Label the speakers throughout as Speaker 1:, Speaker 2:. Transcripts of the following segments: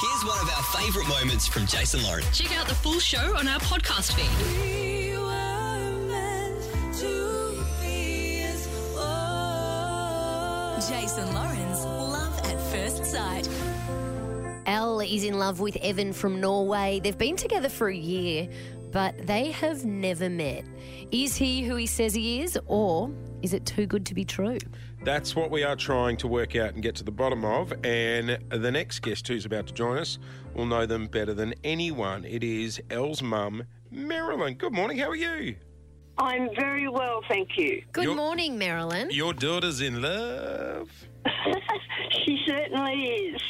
Speaker 1: Here's one of our favourite moments from Jason Lauren.
Speaker 2: Check out the full show on our podcast feed.
Speaker 3: We were meant to be as one.
Speaker 4: Jason Lawrence, Love at First Sight.
Speaker 5: Elle is in love with Evan from Norway. They've been together for a year, but they have never met. Is he who he says he is, or is it too good to be true?
Speaker 6: That's what we are trying to work out and get to the bottom of. And the next guest who's about to join us will know them better than anyone. It is Elle's mum, Marilyn. Good morning. How are you?
Speaker 7: I'm very well, thank you.
Speaker 5: Good
Speaker 6: You're-
Speaker 5: morning, Marilyn.
Speaker 6: Your daughter's in love.
Speaker 7: She certainly is.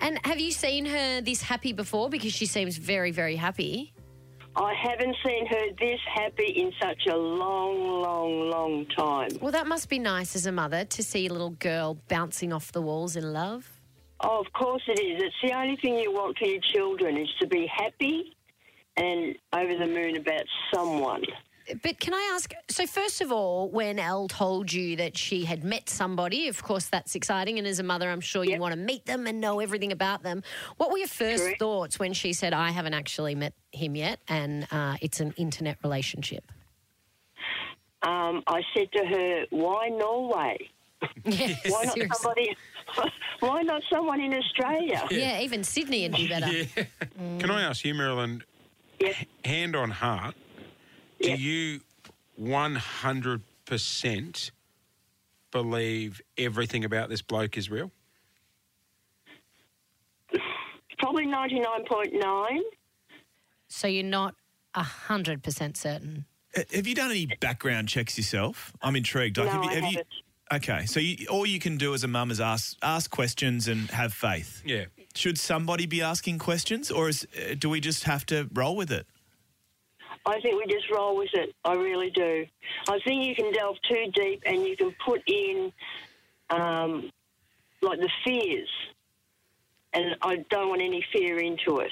Speaker 5: And have you seen her this happy before? Because she seems very, very happy.
Speaker 7: I haven't seen her this happy in such a long, long, long time.
Speaker 5: Well, that must be nice as a mother to see a little girl bouncing off the walls in love.
Speaker 7: Oh, of course it is. It's the only thing you want for your children is to be happy and over the moon about someone.
Speaker 5: But can I ask? So, first of all, when Elle told you that she had met somebody, of course, that's exciting. And as a mother, I'm sure you want to meet them and know everything about them. What were your first
Speaker 7: Correct.
Speaker 5: thoughts when she said, I haven't actually met him yet and uh, it's an internet relationship?
Speaker 7: Um, I said to her, "Why Norway?
Speaker 5: Yeah,
Speaker 7: Why not
Speaker 5: seriously.
Speaker 7: somebody? why not someone in Australia?"
Speaker 5: Yeah, even Sydney would be better.
Speaker 6: Can I ask you, Marilyn,
Speaker 7: Yep.
Speaker 6: hand on heart, do
Speaker 7: Yep.
Speaker 6: you 100% believe everything about this bloke is real?
Speaker 7: Probably ninety-nine point nine.
Speaker 5: So, you're not 100% certain.
Speaker 8: Uh, Have you done any background checks yourself? I'm intrigued.
Speaker 7: No,
Speaker 8: have you,
Speaker 7: I
Speaker 8: have
Speaker 7: haven't.
Speaker 8: You, okay, so you, all you can do as a mum is ask ask questions and have faith.
Speaker 6: Yeah.
Speaker 8: Should somebody be asking questions, or is, uh, do we just have to roll with it?
Speaker 7: I think we just roll with it. I really do. I think you can delve too deep and you can put in um, like the fears. And I don't want any fear into it.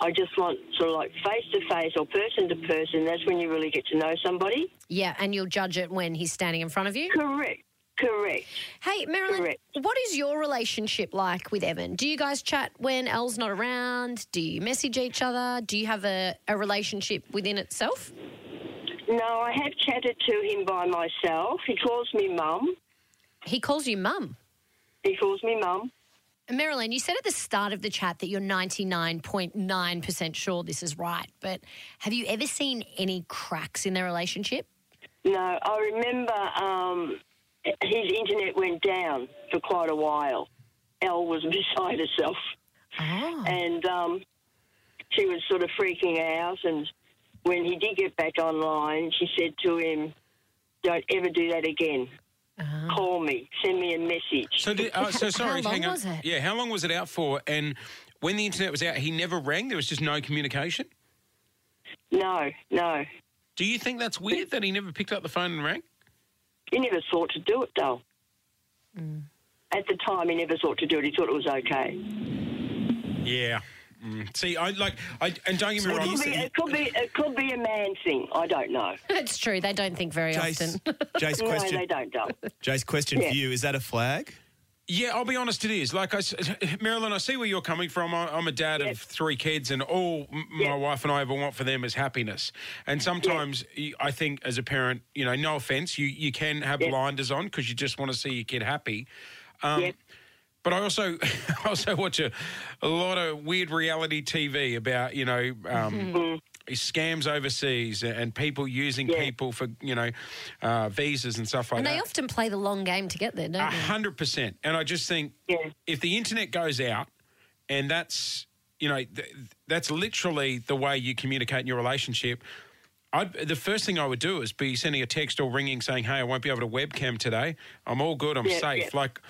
Speaker 7: I just want sort of like face to face or person to person. That's when you really get to know somebody.
Speaker 5: Yeah, and you'll judge it when he's standing in front of you?
Speaker 7: Correct. Correct.
Speaker 5: Hey, Marilyn,
Speaker 7: Correct.
Speaker 5: what is your relationship like with Evan? Do you guys chat when Elle's not around? Do you message each other? Do you have a, a relationship within itself?
Speaker 7: No, I have chatted to him by myself. He calls me mum.
Speaker 5: He calls you mum.
Speaker 7: He calls me mum.
Speaker 5: Marilyn, you said at the start of the chat that you're 99.9% sure this is right, but have you ever seen any cracks in their relationship?
Speaker 7: No, I remember um, his internet went down for quite a while. Elle was beside herself,
Speaker 5: Oh.
Speaker 7: and um, she was sort of freaking out. And when he did get back online, she said to him, "Don't ever do that again. Call me, send me a message."
Speaker 6: So, did, uh, so sorry,
Speaker 5: long
Speaker 6: hang on.
Speaker 5: was it?
Speaker 6: Yeah, how long was it out for? And when the internet was out, he never rang. There was just no communication.
Speaker 7: No, no,
Speaker 6: Do you think that's weird that he never picked up the phone and rang?
Speaker 7: he never thought to do it though. At the time, he never thought to do it. He thought it was okay.
Speaker 6: Yeah. Mm. See, I like, I and don't get me
Speaker 7: It
Speaker 6: wrong.
Speaker 7: could, be, it could be, it could be a man thing. I don't know.
Speaker 5: It's true, they don't think very
Speaker 8: Jace,
Speaker 5: often.
Speaker 8: Jace question.
Speaker 7: No, they don't. Don't.
Speaker 8: Jace question
Speaker 7: Yeah.
Speaker 8: for you: Is that a flag?
Speaker 6: Yeah, I'll be honest, it is. Like, I, s- Marilyn, I see where you're coming from. I, I'm a dad of
Speaker 7: Yes.
Speaker 6: three kids, and all m- my
Speaker 7: Yes.
Speaker 6: wife and I ever want for them is happiness. And sometimes y I I think, as a parent, you know, no offense, you, you can have
Speaker 7: Yes.
Speaker 6: blinders on because you just want to see your kid happy. Um,
Speaker 7: Yep.
Speaker 6: But I also I also watch a, a lot of weird reality TV about you know um,
Speaker 7: Mm-hmm.
Speaker 6: scams overseas and people using
Speaker 7: Yeah.
Speaker 6: people for you know uh, visas and stuff like
Speaker 5: and
Speaker 6: that.
Speaker 5: they often play the long game to get there,
Speaker 6: A
Speaker 5: don't they?
Speaker 6: hundred percent. And I just think
Speaker 7: Yeah.
Speaker 6: if the internet goes out, and that's you know th- that's literally the way you communicate in your relationship. I'd, the first thing I would do is be sending a text or ringing saying, "Hey, I won't be able to webcam today. I'm all good. I'm
Speaker 7: Yeah,
Speaker 6: safe."
Speaker 7: yeah.
Speaker 6: Like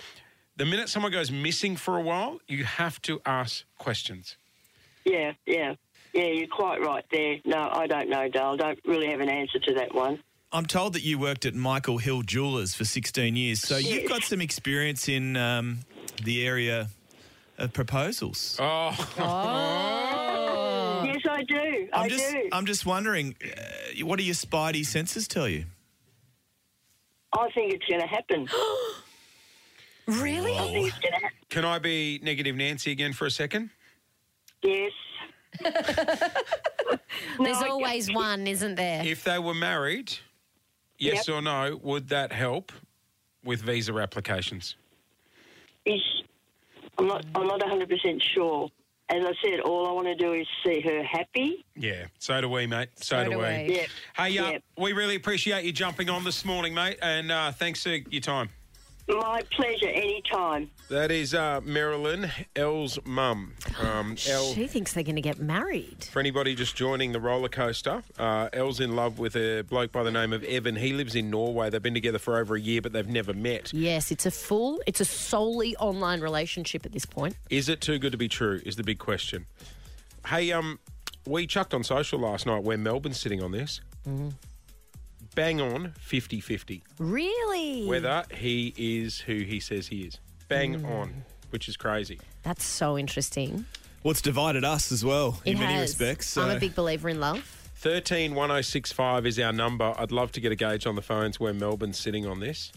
Speaker 6: the minute someone goes missing for a while, you have to ask questions.
Speaker 7: Yeah, yeah. Yeah, you're quite right there. No, I don't know, Dale. Don't really have an answer to that one.
Speaker 8: I'm told that you worked at Michael Hill Jewelers for 16 years, so you've got some experience in um, the area of proposals.
Speaker 7: yes, I do. i
Speaker 8: I'm just,
Speaker 7: do. i
Speaker 8: I'm just wondering, uh, what do your spidey senses tell you?
Speaker 7: think it's going to happen.
Speaker 5: Really?
Speaker 7: I think it's going to happen.
Speaker 6: Can I be negative Nancy again for a second?
Speaker 7: Yes.
Speaker 5: There's always one, isn't there?
Speaker 9: If they were married, yes
Speaker 7: Yep.
Speaker 9: or no, would that help with visa applications?
Speaker 7: Ish. I'm not. I'm not 100 percent sure. As I said, all I want to do is see her happy.
Speaker 9: Yeah, so do we, mate. So, do, we.
Speaker 7: Yeah.
Speaker 9: Hey, uh,
Speaker 7: Yep.
Speaker 9: we really appreciate you jumping on this morning, mate, and uh, thanks for your time.
Speaker 7: My pleasure. Anytime.
Speaker 6: That is uh, Marilyn, Elle's mum. Um,
Speaker 9: Oh,
Speaker 6: Elle,
Speaker 5: She thinks they're going to get married.
Speaker 6: for anybody just joining the roller coaster, uh, Elle's in love with a bloke by the name of Evan. He lives in Norway. They've been together for over a year, but they've never met.
Speaker 5: Yes, it's a full, it's a solely online relationship at this point.
Speaker 6: Is it too good to be true? Is the big question. Hey, um, we chucked on social last night where Melbourne's sitting on this.
Speaker 9: Mm-hmm.
Speaker 6: Bang on 50 50.
Speaker 5: Really?
Speaker 6: Whether he is who he says he is. Bang
Speaker 8: Mm.
Speaker 6: on, which is crazy.
Speaker 5: That's so interesting.
Speaker 8: What's divided us as well in
Speaker 5: it
Speaker 8: many
Speaker 5: has.
Speaker 8: respects.
Speaker 5: I'm
Speaker 8: so-
Speaker 5: a big believer in love.
Speaker 6: 131065 is our number. I'd love to get a gauge on the phones where Melbourne's sitting on this.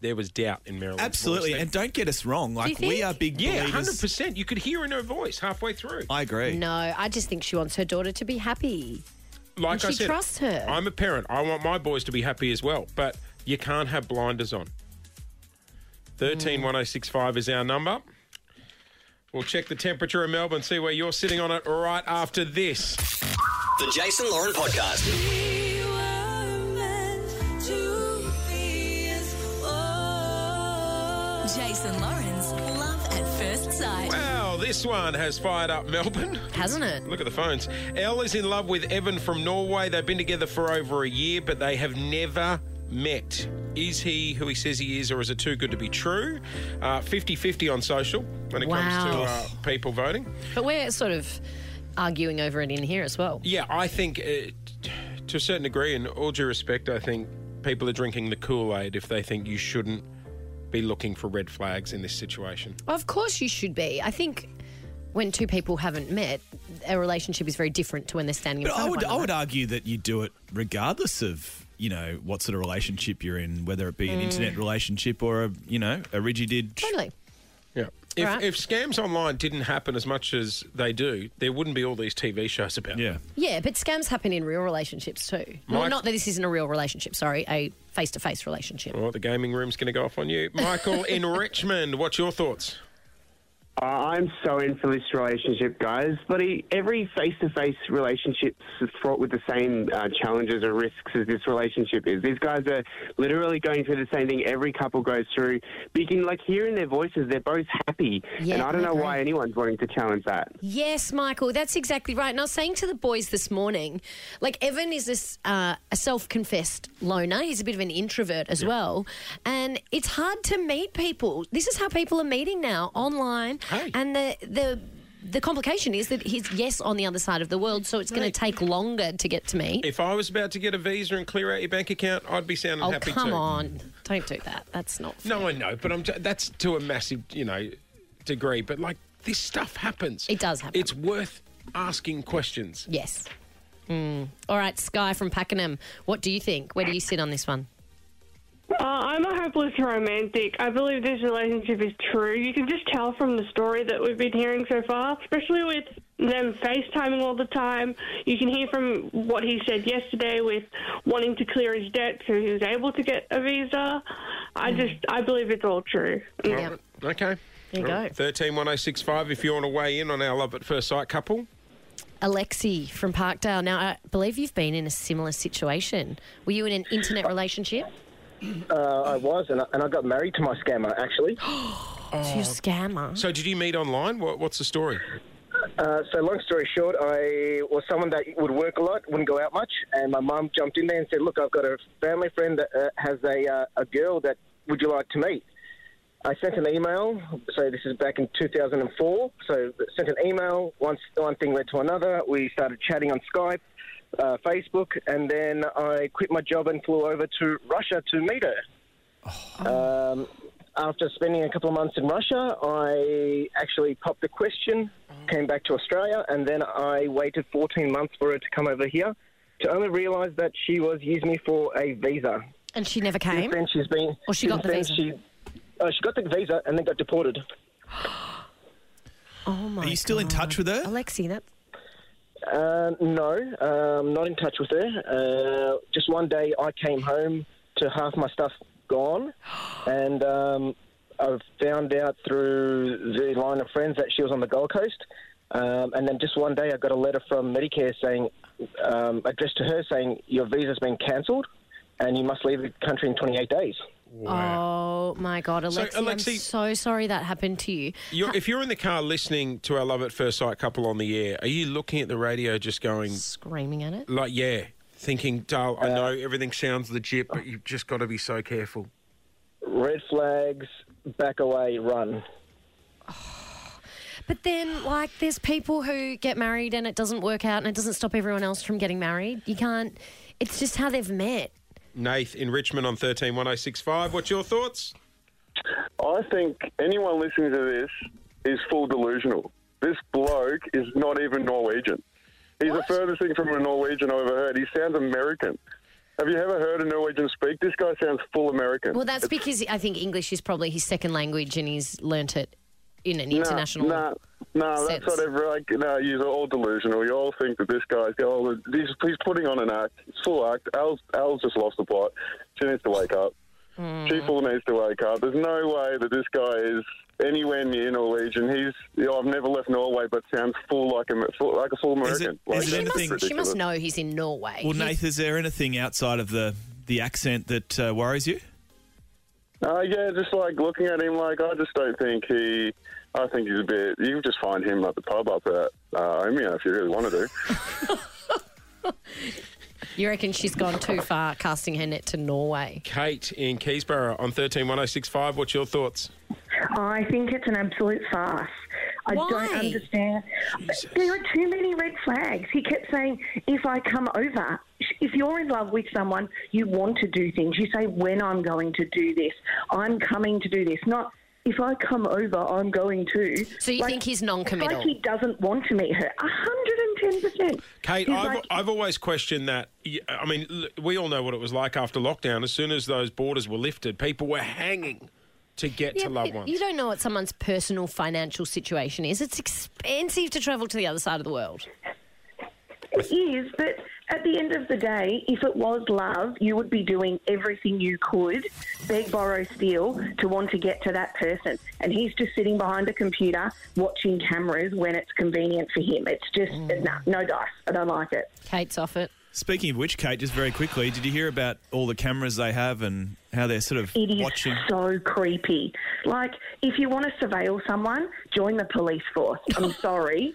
Speaker 6: There was doubt in Maryland.
Speaker 8: Absolutely, and don't get us wrong. Like we
Speaker 5: think?
Speaker 8: are big
Speaker 6: yeah,
Speaker 8: believers.
Speaker 6: 100%. You could hear in her voice halfway through.
Speaker 8: I agree.
Speaker 5: No, I just think she wants her daughter to be happy.
Speaker 6: like
Speaker 5: And
Speaker 6: I
Speaker 5: she
Speaker 6: said,
Speaker 5: trusts her.
Speaker 6: I'm a parent. I want my boys to be happy as well, but you can't have blinders on. Thirteen one zero six five is our number. We'll check the temperature in Melbourne, see where you're sitting on it right after this.
Speaker 1: The Jason Lauren Podcast.
Speaker 3: We were meant to be as one.
Speaker 4: Jason Lawrence, Love at First Sight.
Speaker 6: Wow, this one has fired up Melbourne.
Speaker 5: Hasn't it?
Speaker 6: Look at the phones. Elle is in love with Evan from Norway. They've been together for over a year, but they have never met. Is he who he says he is, or is it too good to be true? 50 50 on social when it comes to
Speaker 5: Wow.
Speaker 6: uh, people voting.
Speaker 5: But we're sort of arguing over it in here as well.
Speaker 6: Yeah, I think uh, t- to a certain degree, and all due respect, I think people are drinking the Kool Aid if they think you shouldn't be looking for red flags in this situation.
Speaker 5: Of course you should be. I think when two people haven't met, a relationship is very different to when they're standing in
Speaker 8: But I
Speaker 5: front
Speaker 8: would,
Speaker 5: of
Speaker 8: I
Speaker 5: one
Speaker 8: would
Speaker 5: another.
Speaker 8: argue that you do it regardless of you know what sort of relationship you're in, whether it be an
Speaker 5: Mm.
Speaker 8: internet relationship or a you know a rigid.
Speaker 5: Totally.
Speaker 6: Yeah. If,
Speaker 5: Right.
Speaker 6: if scams online didn't happen as much as they do, there wouldn't be all these TV shows about.
Speaker 8: Yeah.
Speaker 5: Yeah, but scams happen in real relationships too. well,
Speaker 6: Mike-
Speaker 5: not that this isn't a real relationship, sorry, a face to face relationship.
Speaker 6: All right, the gaming room's going to go off on you. Michael in Richmond, what's your thoughts?
Speaker 10: Uh, I'm so in for this relationship, guys. But he, every face-to-face relationship is fraught with the same uh, challenges or risks as this relationship is. These guys are literally going through the same thing every couple goes through. But you can like hear in their voices they're both happy,
Speaker 5: Yeah,
Speaker 10: and I
Speaker 5: I
Speaker 10: don't know
Speaker 5: agree.
Speaker 10: why anyone's wanting to challenge that.
Speaker 5: Yes, Michael, that's exactly right. And I was saying to the boys this morning, like Evan is this uh, a self-confessed loner. He's a bit of an introvert as well, and it's hard to meet people. This is how people are meeting now online,
Speaker 6: Hey.
Speaker 5: and the the. The complication is that he's yes on the other side of the world, so it's going to take longer to get to me.
Speaker 6: If I was about to get a visa and clear out your bank account, I'd be sounding
Speaker 5: Oh
Speaker 6: happy
Speaker 5: come
Speaker 6: too.
Speaker 5: on! Don't do that. That's not.
Speaker 6: No, I know, but I'm t- that's to a massive, you know, degree. But like this stuff happens.
Speaker 5: It does happen.
Speaker 6: It's worth asking questions.
Speaker 5: Yes. Mm. All right, Sky from Pakenham. What do you think? Where do you sit on this one?
Speaker 11: Uh, I'm a hopeless romantic. I believe this relationship is true. You can just tell from the story that we've been hearing so far, especially with them FaceTiming all the time. You can hear from what he said yesterday with wanting to clear his debt so he was able to get a visa. I
Speaker 7: Mm-hmm.
Speaker 11: just, I believe it's all true.
Speaker 5: Yeah.
Speaker 6: Okay.
Speaker 5: There you go.
Speaker 6: Thirteen one zero six five. If you want to weigh in on our love at first sight couple,
Speaker 5: Alexi from Parkdale. Now, I believe you've been in a similar situation. Were you in an internet relationship?
Speaker 10: Uh, I was, and I, and I got married to my scammer actually.
Speaker 5: to your scammer.
Speaker 6: so did you meet online? What, what's the story?
Speaker 10: Uh, so long story short, I was someone that would work a lot, wouldn't go out much, and my mum jumped in there and said, "Look, I've got a family friend that uh, has a uh, a girl that would you like to meet?" I sent an email. So this is back in 2004. So sent an email. Once one thing led to another. We started chatting on Skype, uh, Facebook, and then I quit my job and flew over to Russia to meet her. Um, after spending a couple of months in Russia, I actually popped the question, came back to Australia, and then I waited 14 months for her to come over here to only realise that she was using me for a visa.
Speaker 5: And she never
Speaker 10: Since
Speaker 5: came?
Speaker 10: then, she's been.
Speaker 5: Or she got
Speaker 10: since
Speaker 5: the
Speaker 10: then She, uh, she got the visa and then got deported.
Speaker 5: Oh my!
Speaker 8: Are you still in touch with her?
Speaker 5: Alexi? That
Speaker 10: Uh, no, um, not in touch with her. Uh, just one day I came home to half my stuff gone, and um, I found out through the line of friends that she was on the Gold Coast. Um, and then just one day I got a letter from Medicare saying, um, addressed to her saying, your visa's been cancelled and you must leave the country in 28 days.
Speaker 5: oh my god,
Speaker 6: So,
Speaker 5: Alexi! I'm
Speaker 6: Alexi-
Speaker 5: so sorry that happened to you.
Speaker 6: You're, if you're in the car listening to our Love at First Sight couple on the air, are you looking at the radio just going,
Speaker 5: Screaming at it.
Speaker 6: like, yeah, thinking, Dale, I know everything sounds legit, but you've just got to be so careful?
Speaker 10: Red flags, back away, run.
Speaker 5: But then, like, there's people who get married and it doesn't work out, and it doesn't stop everyone else from getting married. You can't. It's just how they've met.
Speaker 6: Nath in Richmond on 131065. What's your thoughts?
Speaker 7: I think anyone listening to this is full delusional. This bloke is not even Norwegian. He's the furthest thing from a Norwegian I've ever heard. He sounds American. Have you ever heard a Norwegian speak? This guy sounds full American.
Speaker 5: Well, that's because I think English is probably his second language, and he's learnt it in an international.
Speaker 7: No, no,
Speaker 5: sense.
Speaker 7: that's not ever. Like, no, you're all delusional. You all think that this guy's oh, he's, he's putting on an act. It's full act. Al's, Al's just lost the plot. She needs to wake up. She full needs to wake up. There's no way that this guy is anywhere near Norwegian. He's. You know, I've never left Norway, but sounds full like a full, like a full
Speaker 8: Is it-
Speaker 7: American. like,
Speaker 8: is it
Speaker 7: that's
Speaker 8: anything- She
Speaker 5: She must
Speaker 7: ridiculous.
Speaker 5: know he's in Norway.
Speaker 8: Well,
Speaker 5: He-
Speaker 8: Nath, is there anything outside of the the accent that uh, worries you?
Speaker 7: Uh, yeah, just like looking at him, like I just don't think he. I think he's a bit. You can just find him at the pub up at uh, Omeo if you really want to do.
Speaker 5: You reckon she's gone too far casting her net to Norway?
Speaker 6: Kate in Keysborough on 131065. What's your thoughts?
Speaker 12: I think it's an absolute farce. I
Speaker 5: Why?
Speaker 12: don't understand. There are too many red flags. He kept saying, if I come over, if you're in love with someone, you want to do things. You say, when I'm going to do this, I'm coming to do this, not if I come over, I'm going to.
Speaker 5: So you think he's
Speaker 12: It's
Speaker 5: non-committal?
Speaker 12: like he doesn't want to meet her. 110%.
Speaker 6: Kate,
Speaker 12: He's
Speaker 6: I've,
Speaker 12: like-
Speaker 6: I've always questioned that. Y- I mean, l- we all know what it was like after lockdown. As soon as those borders were lifted, people were hanging to get to loved
Speaker 5: but
Speaker 6: ones.
Speaker 5: You don't know what someone's personal financial situation is. It's expensive to travel to the other side of the world.
Speaker 12: It is, but at the end of the day, if it was love, you would be doing everything you could, beg, borrow, steal, to want to get to that person. And he's just sitting behind a computer watching cameras when it's convenient for him. It's just,
Speaker 5: Mm.
Speaker 12: no, no dice. I don't like it.
Speaker 5: Kate's off it.
Speaker 8: Speaking of which, Kate, just very quickly, did you hear about all the cameras they have and how they're sort of
Speaker 12: It is
Speaker 8: watching?
Speaker 12: so creepy. Like, if you want to surveil someone, join the police force. I'm sorry.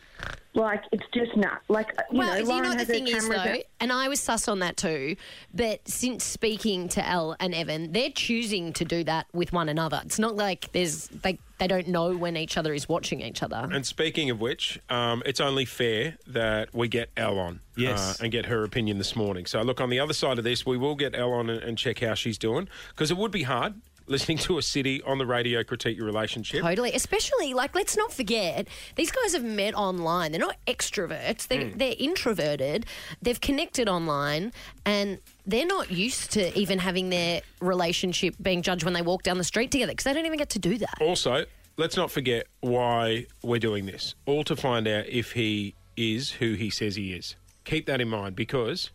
Speaker 12: Like, it's just nuts. Like, you
Speaker 5: well,
Speaker 12: know,
Speaker 5: you
Speaker 12: Lauren
Speaker 5: know what the
Speaker 12: has her
Speaker 5: thing is, though,
Speaker 12: cameras out-
Speaker 5: and I was sus on that too. But since speaking to Elle and Evan, they're choosing to do that with one another. It's not like there's they they don't know when each other is watching each other.
Speaker 6: And speaking of which, um, it's only fair that we get Elle on
Speaker 8: Yes.
Speaker 6: uh, and get her opinion this morning. So, look, on the other side of this, we will get Elle on and, and check how she's doing because it would be hard listening to a city on the radio critique your relationship.
Speaker 5: Totally, especially like let's not forget these guys have met online. They're not extroverts; they, they're introverted. They've connected online, and they're not used to even having their relationship being judged when they walk down the street together because they don't even get to do that.
Speaker 6: Also, let's not forget why we're doing this, all to find out if he is who he says he is. Keep that in mind because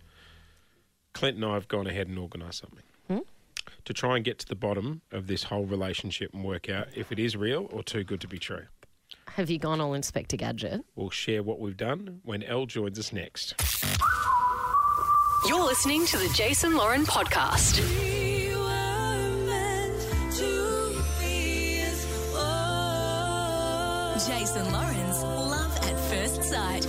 Speaker 6: Clint and I have gone ahead and organised something. To try and get to the bottom of this whole relationship and work out if it is real or too good to be true.
Speaker 5: Have you gone all Inspector Gadget?
Speaker 6: We'll share what we've done when Elle joins us next.
Speaker 13: You're listening to the Jason Lauren podcast.
Speaker 3: We were meant to be as one.
Speaker 14: Jason Lawrence, Love at First Sight.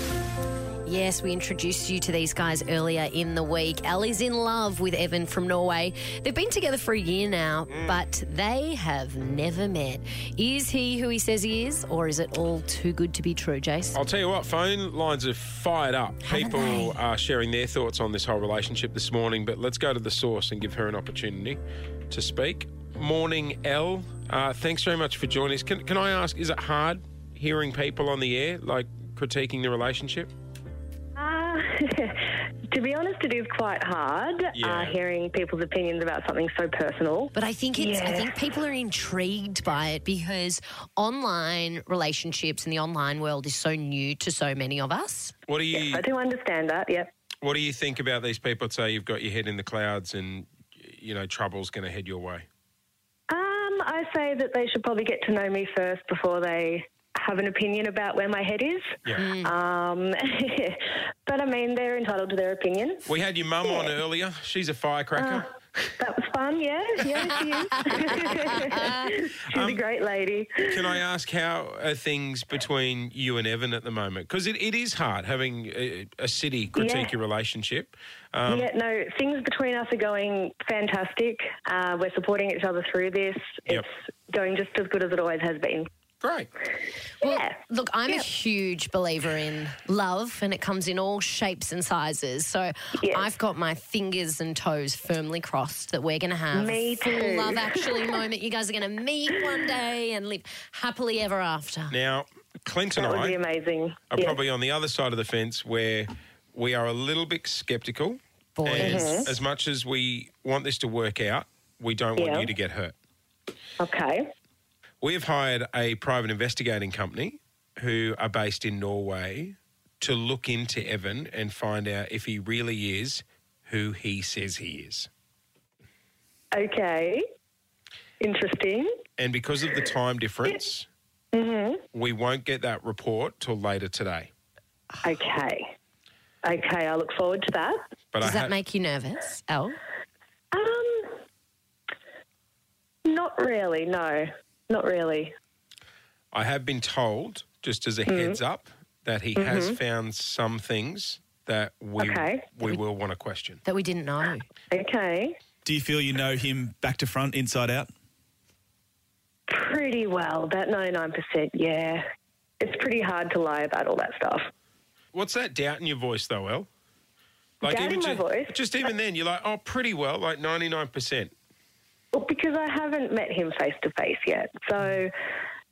Speaker 5: Yes, we introduced you to these guys earlier in the week. Ellie's in love with Evan from Norway. They've been together for a year now, but they have never met. Is he who he says he is, or is it all too good to be true, Jace?
Speaker 6: I'll tell you what, phone lines are fired up. People are sharing their thoughts on this whole relationship this morning, but let's go to the source and give her an opportunity to speak. Morning, Elle. Uh, thanks very much for joining us. Can, can I ask, is it hard hearing people on the air, like critiquing the relationship?
Speaker 15: Uh,
Speaker 12: Uh, to be honest, it is quite hard uh,
Speaker 5: Yeah.
Speaker 12: hearing people's opinions about something so personal.
Speaker 5: But I think it's, I
Speaker 12: Yeah.
Speaker 5: think people are intrigued by it because online relationships and the online world is so new to so many of us.
Speaker 6: What do you
Speaker 12: do understand that, yep.
Speaker 6: What do you think about these people that say you've got your head in the clouds and you know trouble's going to head your way?
Speaker 12: Um, I say that they should probably get to know me first before they have an opinion about where my head is.
Speaker 6: Yeah. Mm.
Speaker 12: Um, but I mean, they're entitled to their opinion.
Speaker 6: We had your mum on earlier. She's a firecracker.
Speaker 12: That was fun, yeah. Yeah, she is. She's
Speaker 6: Um,
Speaker 12: a great lady.
Speaker 6: Can I ask how are things between you and Evan at the moment? Because it, it is hard having a, a city critique
Speaker 12: Yeah.
Speaker 6: your relationship. Um,
Speaker 12: yeah, no, things between us are going fantastic. Uh, we're supporting each other through this.
Speaker 6: Yep.
Speaker 12: Going just as good as it always has been.
Speaker 6: Great.
Speaker 5: Well, look, I'm a huge believer in love, and it comes in all shapes and sizes. So I've got my fingers and toes firmly crossed that we're going to have
Speaker 12: Me
Speaker 5: a full
Speaker 12: too.
Speaker 5: love actually moment. You guys are going to meet one day and live happily ever after.
Speaker 6: Now, Clint and
Speaker 12: That would
Speaker 6: I
Speaker 12: be amazing.
Speaker 6: are
Speaker 12: Yeah.
Speaker 6: probably on the other side of the fence where we are a little bit skeptical. And
Speaker 12: Mhm.
Speaker 6: as much as we want this to work out, we don't want
Speaker 12: Yeah.
Speaker 6: you to get hurt.
Speaker 12: Okay.
Speaker 6: We have hired a private investigating company who are based in Norway to look into Evan and find out if he really is who he says he is.
Speaker 12: Okay. Interesting.
Speaker 6: And because of the time difference,
Speaker 12: hmm
Speaker 6: we won't get that report till later today.
Speaker 12: Okay. Okay, I look forward to that.
Speaker 6: But I
Speaker 5: Does that
Speaker 6: ha-
Speaker 5: make you nervous, Elle?
Speaker 12: Um, Not really, no. Not really.
Speaker 6: I have been told, just as a
Speaker 12: Mhm.
Speaker 6: heads up, that he has
Speaker 12: Mhm.
Speaker 6: found some things that we
Speaker 12: Okay.
Speaker 6: we will want to question.
Speaker 5: That we didn't know.
Speaker 12: Okay.
Speaker 8: Do you feel you know him back to front, inside out?
Speaker 12: Pretty well. That 99%, yeah. It's pretty hard to lie about all that stuff.
Speaker 6: What's that doubt in your voice, though, El?
Speaker 12: Doubt in
Speaker 6: even
Speaker 12: my
Speaker 6: ju-
Speaker 12: voice?
Speaker 6: just even then, you're like, oh, pretty well, like ninety nine percent.
Speaker 12: Well, because I haven't met him face to face yet. So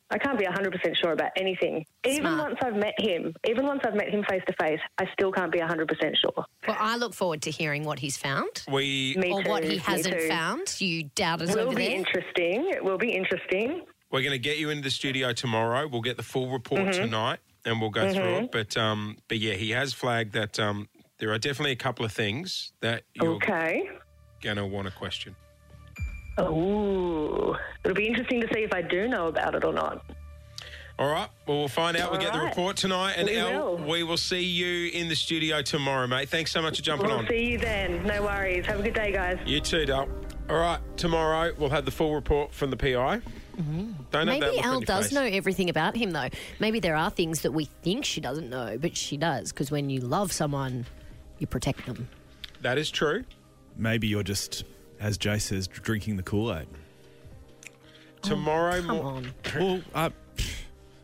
Speaker 12: I can't be 100% sure about anything. Even once I've met him, even once I've met him face to face, I still can't be 100% sure.
Speaker 5: Well, I look forward to hearing what he's found.
Speaker 6: We
Speaker 5: or what he hasn't
Speaker 12: too.
Speaker 5: found. You doubt it
Speaker 12: Will
Speaker 5: over
Speaker 12: be
Speaker 5: there.
Speaker 12: interesting. It will be interesting.
Speaker 6: We're going to get you into the studio tomorrow. We'll get the full report
Speaker 12: Mhm.
Speaker 6: tonight, and we'll go through
Speaker 12: Mhm.
Speaker 6: it. But um, but yeah, he has flagged that um, there are definitely a couple of things that you're
Speaker 12: Okay.
Speaker 6: going to want to question.
Speaker 12: Oh, it'll be interesting to see if I do know about it or not.
Speaker 6: All right. Well, we'll find out. We'll
Speaker 12: All
Speaker 6: get the
Speaker 12: right.
Speaker 6: report tonight, and
Speaker 12: We
Speaker 6: El,
Speaker 12: will.
Speaker 6: we will see you in the studio tomorrow, mate. Thanks so much for jumping
Speaker 12: we'll
Speaker 6: on.
Speaker 12: see you then. No worries. Have a good day, guys.
Speaker 6: You too, Dal. All right. Tomorrow we'll have the full report from the PI. Don't have that
Speaker 5: Mm-hmm. Maybe
Speaker 6: look on
Speaker 5: Elle
Speaker 6: your
Speaker 5: does
Speaker 6: face.
Speaker 5: know everything about him, though. Maybe there are things that we think she doesn't know, but she does, because when you love someone, you protect them.
Speaker 6: That is true.
Speaker 8: Maybe you're just, as Jay says, drinking the Kool Aid.
Speaker 5: Oh,
Speaker 6: Tomorrow
Speaker 8: come
Speaker 6: morning.
Speaker 8: Well, uh,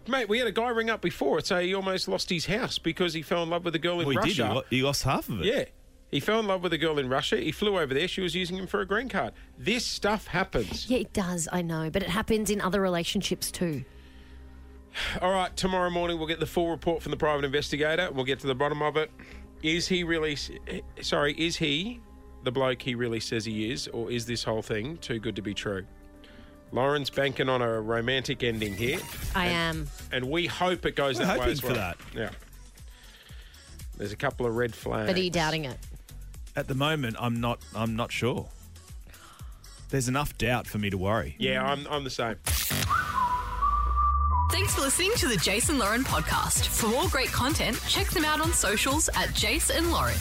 Speaker 6: Mate, we had a guy ring up before. It's he almost lost his house because he fell in love with a girl in
Speaker 8: well, he did. He,
Speaker 6: Russia.
Speaker 8: lo- he lost half of it.
Speaker 6: Yeah. He fell in love with a girl in Russia. He flew over there. She was using him for a green card. This stuff happens.
Speaker 5: Yeah, it does, I know, but it happens in other relationships too.
Speaker 6: All right, tomorrow morning we'll get the full report from the private investigator. and We'll get to the bottom of it. Is he really. s- eh, Sorry, is he the bloke he really says he is, or is this whole thing too good to be true? Lauren's banking on a romantic ending here,
Speaker 5: I am.
Speaker 6: and we hope it goes
Speaker 5: We're
Speaker 6: that way
Speaker 5: hoping
Speaker 6: as
Speaker 5: for
Speaker 6: well.
Speaker 8: that.
Speaker 6: Yeah. There's a couple of red flags.
Speaker 5: But are you doubting it?
Speaker 8: At the moment, I'm not. I'm not sure. There's enough doubt for me to worry.
Speaker 6: Yeah, I'm, I'm the same.
Speaker 4: Thanks for listening to the Jason Lauren podcast. For more great content, check them out on socials at Jason Lauren.